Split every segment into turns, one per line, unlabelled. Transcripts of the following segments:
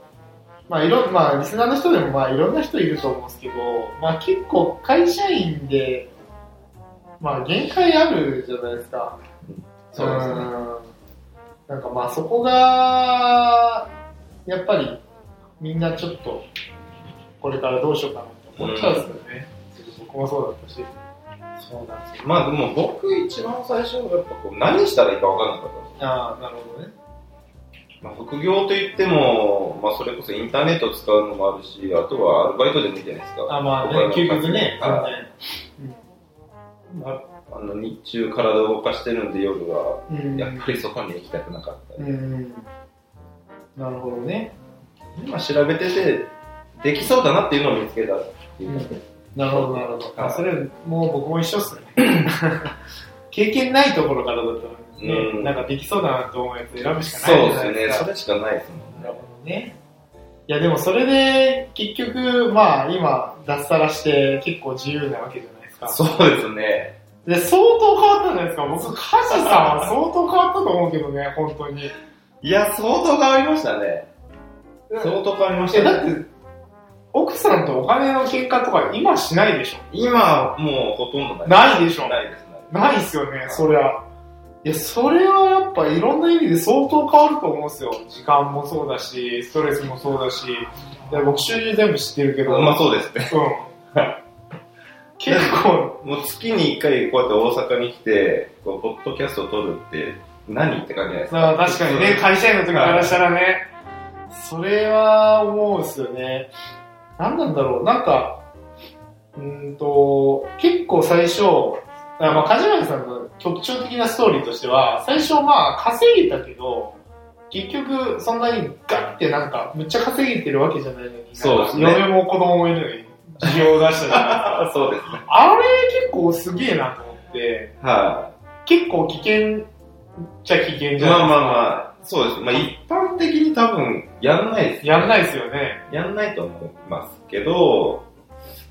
まあいろ、まあリスナーの人でもまあいろんな人いると思うんですけど、まあ結構会社員で、まあ限界あるじゃないですか。
いそうですね。
んなんかまあそこが、やっぱりみんなちょっと、これからどうしようかなって思っちゃうんですよね。僕もそうだったし。そうなんですよ。
まあでも僕一番最初はやっぱこう何したらいいか分からなかったんです
ああ、なるほどね。
よまあ、副業といっても、まあそれこそインターネットを使うのもあるし、あとはアルバイトでもいいじゃないですか。
あまあね、
他
究
の活動
極ね、
は
全然。
いあの日中体を動かしてるんで夜は、
うん
やっぱりそこに行きたくなかったり。
うん。なるほどね。
今調べてて、できそうだなっていうのを見つけたっていう感じで
なるほど、なるほど。あ
はい
それ、もう僕も一緒っすね。 経験ないところからだったら
う
ね、
ん
なんかできそうだなと思うやつ選ぶしか
そ
ないじ
う
ゃ
で
ないで
すね。
す
そ
か。
れしかないですもん
なる。
ね
ほどね。いや、でもそれで、結局、まあ、今、脱サラして結構自由なわけじゃないですか。
そうですね。
で、相当変わったんじゃないですか。僕、カジさんは相当変わったと思うけどね、本当に。
いや、相当変わりましたね。相当変わりまし
え、
た
だっ
ね。
て、奥さんとお金の喧嘩とか今しないでしょ
今、もうほとんどない。
ないでしょ
ないですね。
ないっすよね、そりゃ。いや、それはやっぱいろんな意味で相当変わると思うんですよ。時間もそうだし、ストレスもそうだし。いや僕、収入全部知ってるけど。
まあそうですね。
うん。 結構、
もう月に1回こうやって大阪に来て、こう、ポッドキャストを撮るって何って感じじゃないです
ま
か
あ。確かにね、会社員の時からしたらね。それは思うんですよね。何なんだろう、なんか、うーんと、結構最初、あまあ、梶原さんの特徴的なストーリーとしては、最初まあ稼げたけど、結局そんなにガッてなんか、むっちゃ稼げてるわけじゃないのに、なんか
そうですね
嫁も子供もいるのに、事業を出したじゃないですか。
あそうですね。
あれ結構すげえなと思って。って、
は
結構危険っちゃ危険
い。
じゃないですか。
まあまあまあ、そうです。まあ一般的に多分やんないです。
やんないですよね。
やんないと思いますけど、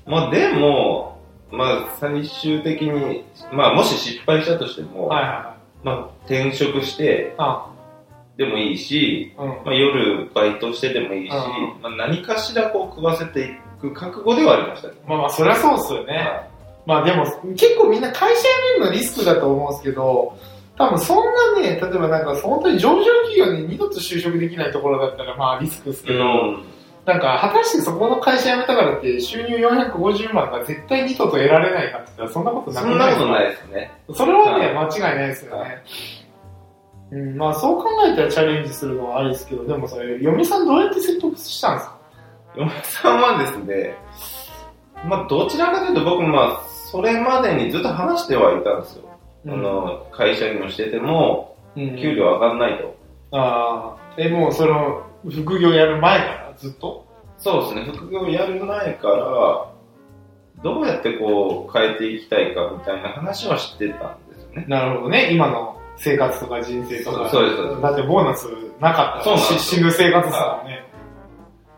まあでも、まあ最終的に、まあもし失敗したとしても、
はいは
まあ転職して
いは
でもいいし、
い。あ、うん。
まあ夜バイトしてでもいいし、
う
まあ何かしらこう食わせていく覚悟ではありましたね。
まあまあ、そりゃそうっすよね。まあでも、結構みんな会社辞めるのリスクだと思うんですけど、多分そんなね、例えばなんか本当に上場企業に二度と就職できないところだったらまあリスクですけ
う
ど、
ん。
なんか果たしてそこの会社辞めたからって収入450万が絶対二度と得られないかって言ったらそんなことな
そ
く
ん
な
ないことないですね。
それはね、
は
間違いないですよね。うん、まあそう考えたらチャレンジするのはありですけど、でもそれ、嫁さんどうやって説得したんですか
嫁さんはですね、まあどちらかというと僕まあそれまでにずっと話してはいたんですよ。あ、の会社にもしてても、
うん
給料上がんないと。
ああ、え、もうその、副業やる前からずっと
そうですね、副業やる前から、どうやってこう変えていきたいかみたいな話はしてたんですよね。
なるほどね、今の生活とか人生とか。
そうですそうで
だってボーナスなかった
そう
ら
なん
し
です
死ぬ生活ですからね。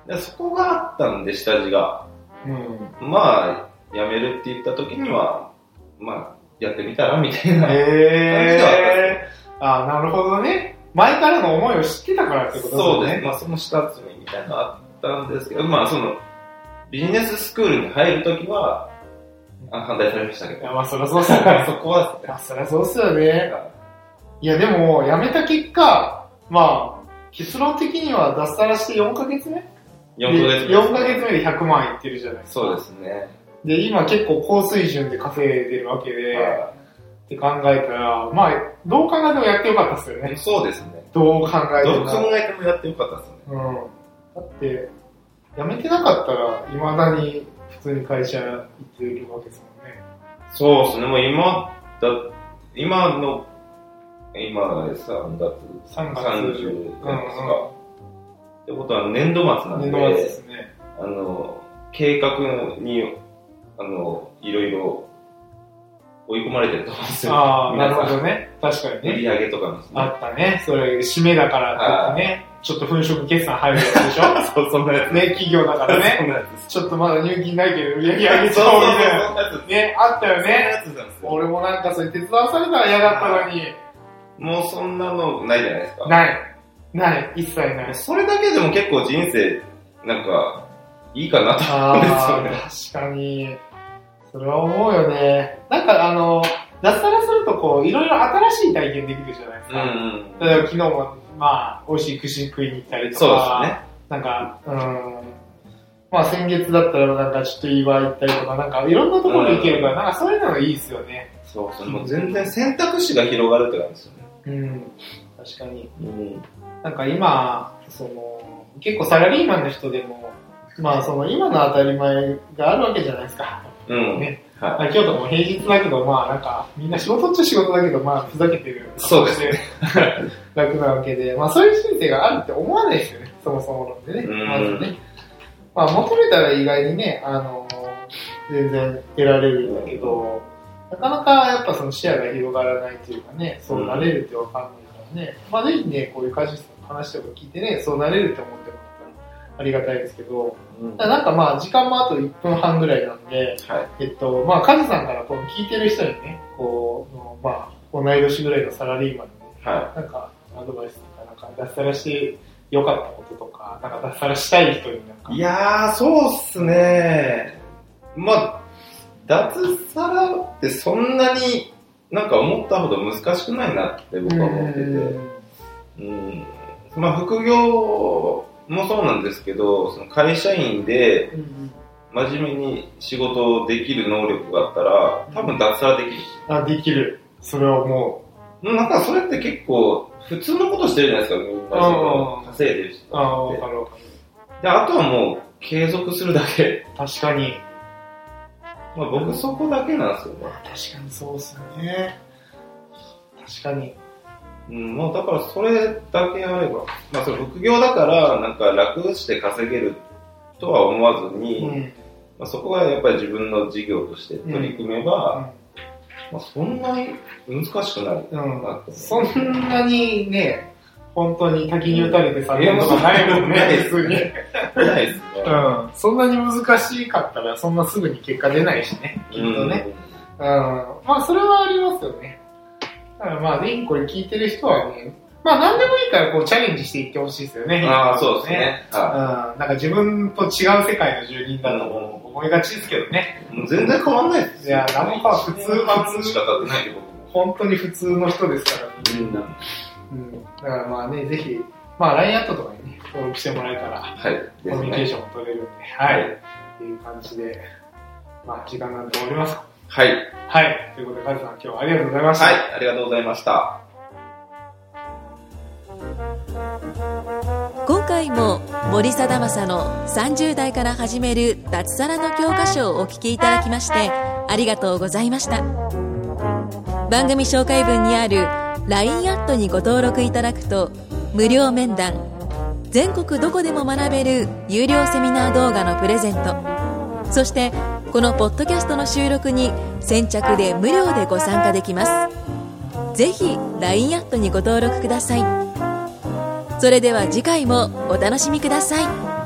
でそこがあったんで、下地が。
うん。
まあ、辞めるって言った時には、まあ、やってみたらみたいな。
えー。ああ、なるほどね。前からの思いを知ってたからってこと
そうですね、
ね。
まあ、その下積みみたいなのあったんですけど、まあ、その、ビジネススクールに入るときは、あ反対されましたけ
い
ど、
や、まあそりゃそうっすよね。
そこはですね
まあそりゃそうっすよね。いや、でも、辞めた結果、まあ、結論的には脱サラして4ヶ月目
4ヶ月
で4ヶ月目で100万いってるじゃないですか。
そうですね。
で、今結構高水準で稼いでるわけで、って考えたら、まあ、どう考えてもやってよかったっすよね。
そうですね。
どう考えて
どう
も。
考えてもやってよかったですね。
うん。だって、辞めてなかったら、未だに普通に会社行っているわけですもんね。
そうですね、もう今だ、今の、今です、3月
3月。
30じゃ
うん
ないですか。ってことは年度末なん
うん。
で、
年度末ですね。
あの、計画に、あの、いろいろ追い込まれてると思うんですよ。
ああ、な
皆
る
さん
ほどね。確かに
売
ね。
り上げとかもです
あ
ね。
ったね。それ、締めだからって言ってね。ちょっと粉飾決算入るやつでしょ
そう、そんなや
ね、企業だからね。
そんなやつ。
ちょっとまだ入金ないけど、売り上げ上げち
そう
ゃお
そう
うみ
そう、そん
たい
な
な。
やつです。
ね、あったよ
そんな
ね。
やつなんですよ。
俺もなんかそれ手伝わされたら嫌だったのに。
もうそんなのないじゃないですか。
ない。ない。一切ない。
それだけでも結構人生、なんか、いいかなと。
ああ、確かに。それは思うよね。なんかあの、脱サラするとこう、いろいろ新しい体験できるじゃないです
うんう
か。
ん。
例えば昨日も、まあ、美味しい串食いに行ったりとか。
そうですね。
なんか、うん。まあ先月だったらなんかちょっと岩行ったりとか、なんかいろんなところに行けるから、なんかそういうのがいいですよね。
そうそう。もう全然選択肢が広がるって感じですよね。
うん。確かに。
うん。
なんか今、その、結構サラリーマンの人でも、まあその今の当たり前があるわけじゃないですか。
うん。
ねま
は
あ、
い。
今日とかも平日だけど、まあなんか、みんな仕事っちゃ仕事だけど、まあふざけてる。
そうです
ね。 楽なわけで、まあそういう人生があるって思わないですよね、そもそも論でね。
うん
まずね。まあ求めたら意外にね、あの全然得られるんだけど、なかなかやっぱその視野が広がらないというかね、そうなれるってわかんないからね。まあぜひね、こういう会社の話とか聞いてね、そうなれるって思ってもらったらありがたいですけど、
うん
ただなんかまあ時間もあと1分半ぐらいなんで、
はい。
えっと、まあ、カズさんからこの聞いてる人にね、こう、のまあ、同い年ぐらいのサラリーマンに、
は
なんか、アドバイスとか、なんか、脱サラして良かったこととか、なんか、脱サラしたい人になんか、
いやー、そうっすねまあ、脱サラってそんなになんか思ったほど難しくないなって僕は思ってて。うん。まあ、副業もそうなんですけど、その会社員で
うんうん
真面目に仕事をできる能力があったら、多分脱サラできる。
あ、できる。それはも
なんかそれって結構普通のことしてるじゃないですか、みんなその
うん
稼いでる人
う、ああ、
っ
わ
て
かるわかる。
で、あとはもう継続するだけ。
確かに。
まあ僕そこだけなんですよね。
確かにそうっすね。確かに。
うん、もうだからそれだけあれば、まあそれ副業だからなんか楽して稼げるとは思わずに、
うん。
まあ、そこがやっぱり自分の事業として取り組めば、まあ、そんなに難しくないなっ
う
て
ん、そんなにね、本当に滝に打たれてされるとかないもんね、
ない
普 通に。
ないですね。
うん、そんなに難しかったら、そんなすぐに結果出ないしね、きっとね。うん、まあ、それはありますよね。だからまあ、リンこれ聞いてる人はね、まあ、何でもいいからこうチャレンジしていってほしいですよ
う
ね。
ん。ああ、そうです
ね。
ね。
うん、
は
なんか自分と違う世界の住人だと思いがちですけどね。
い。もう全然変わんないです
いやなんも変わんない普通は
普通しか経ってないけど。
本当に普通の人ですから、
みんな。
うん。だからまあね、ぜひ、まあ、LINE アットとかにね、登録してもらえたら、
はい。ですね
コミュニケーションも取れるんで、はい。っていう感じで、まあ、時間なんで終わりますか。
はい。はい。
はい。ということで、カズさん、今日はありがとうございました。
ありがとうございました。
今回も森貞正の30代から始める脱サラの教科書をお聞きいただきましてありがとうございました番組紹介文にある LINE アットにご登録いただくと無料面談全国どこでも学べる有料セミナー動画のプレゼントそしてこのポッドキャストの収録に先着で無料でご参加できますぜひ LINE アットにご登録くださいそれでは次回もお楽しみください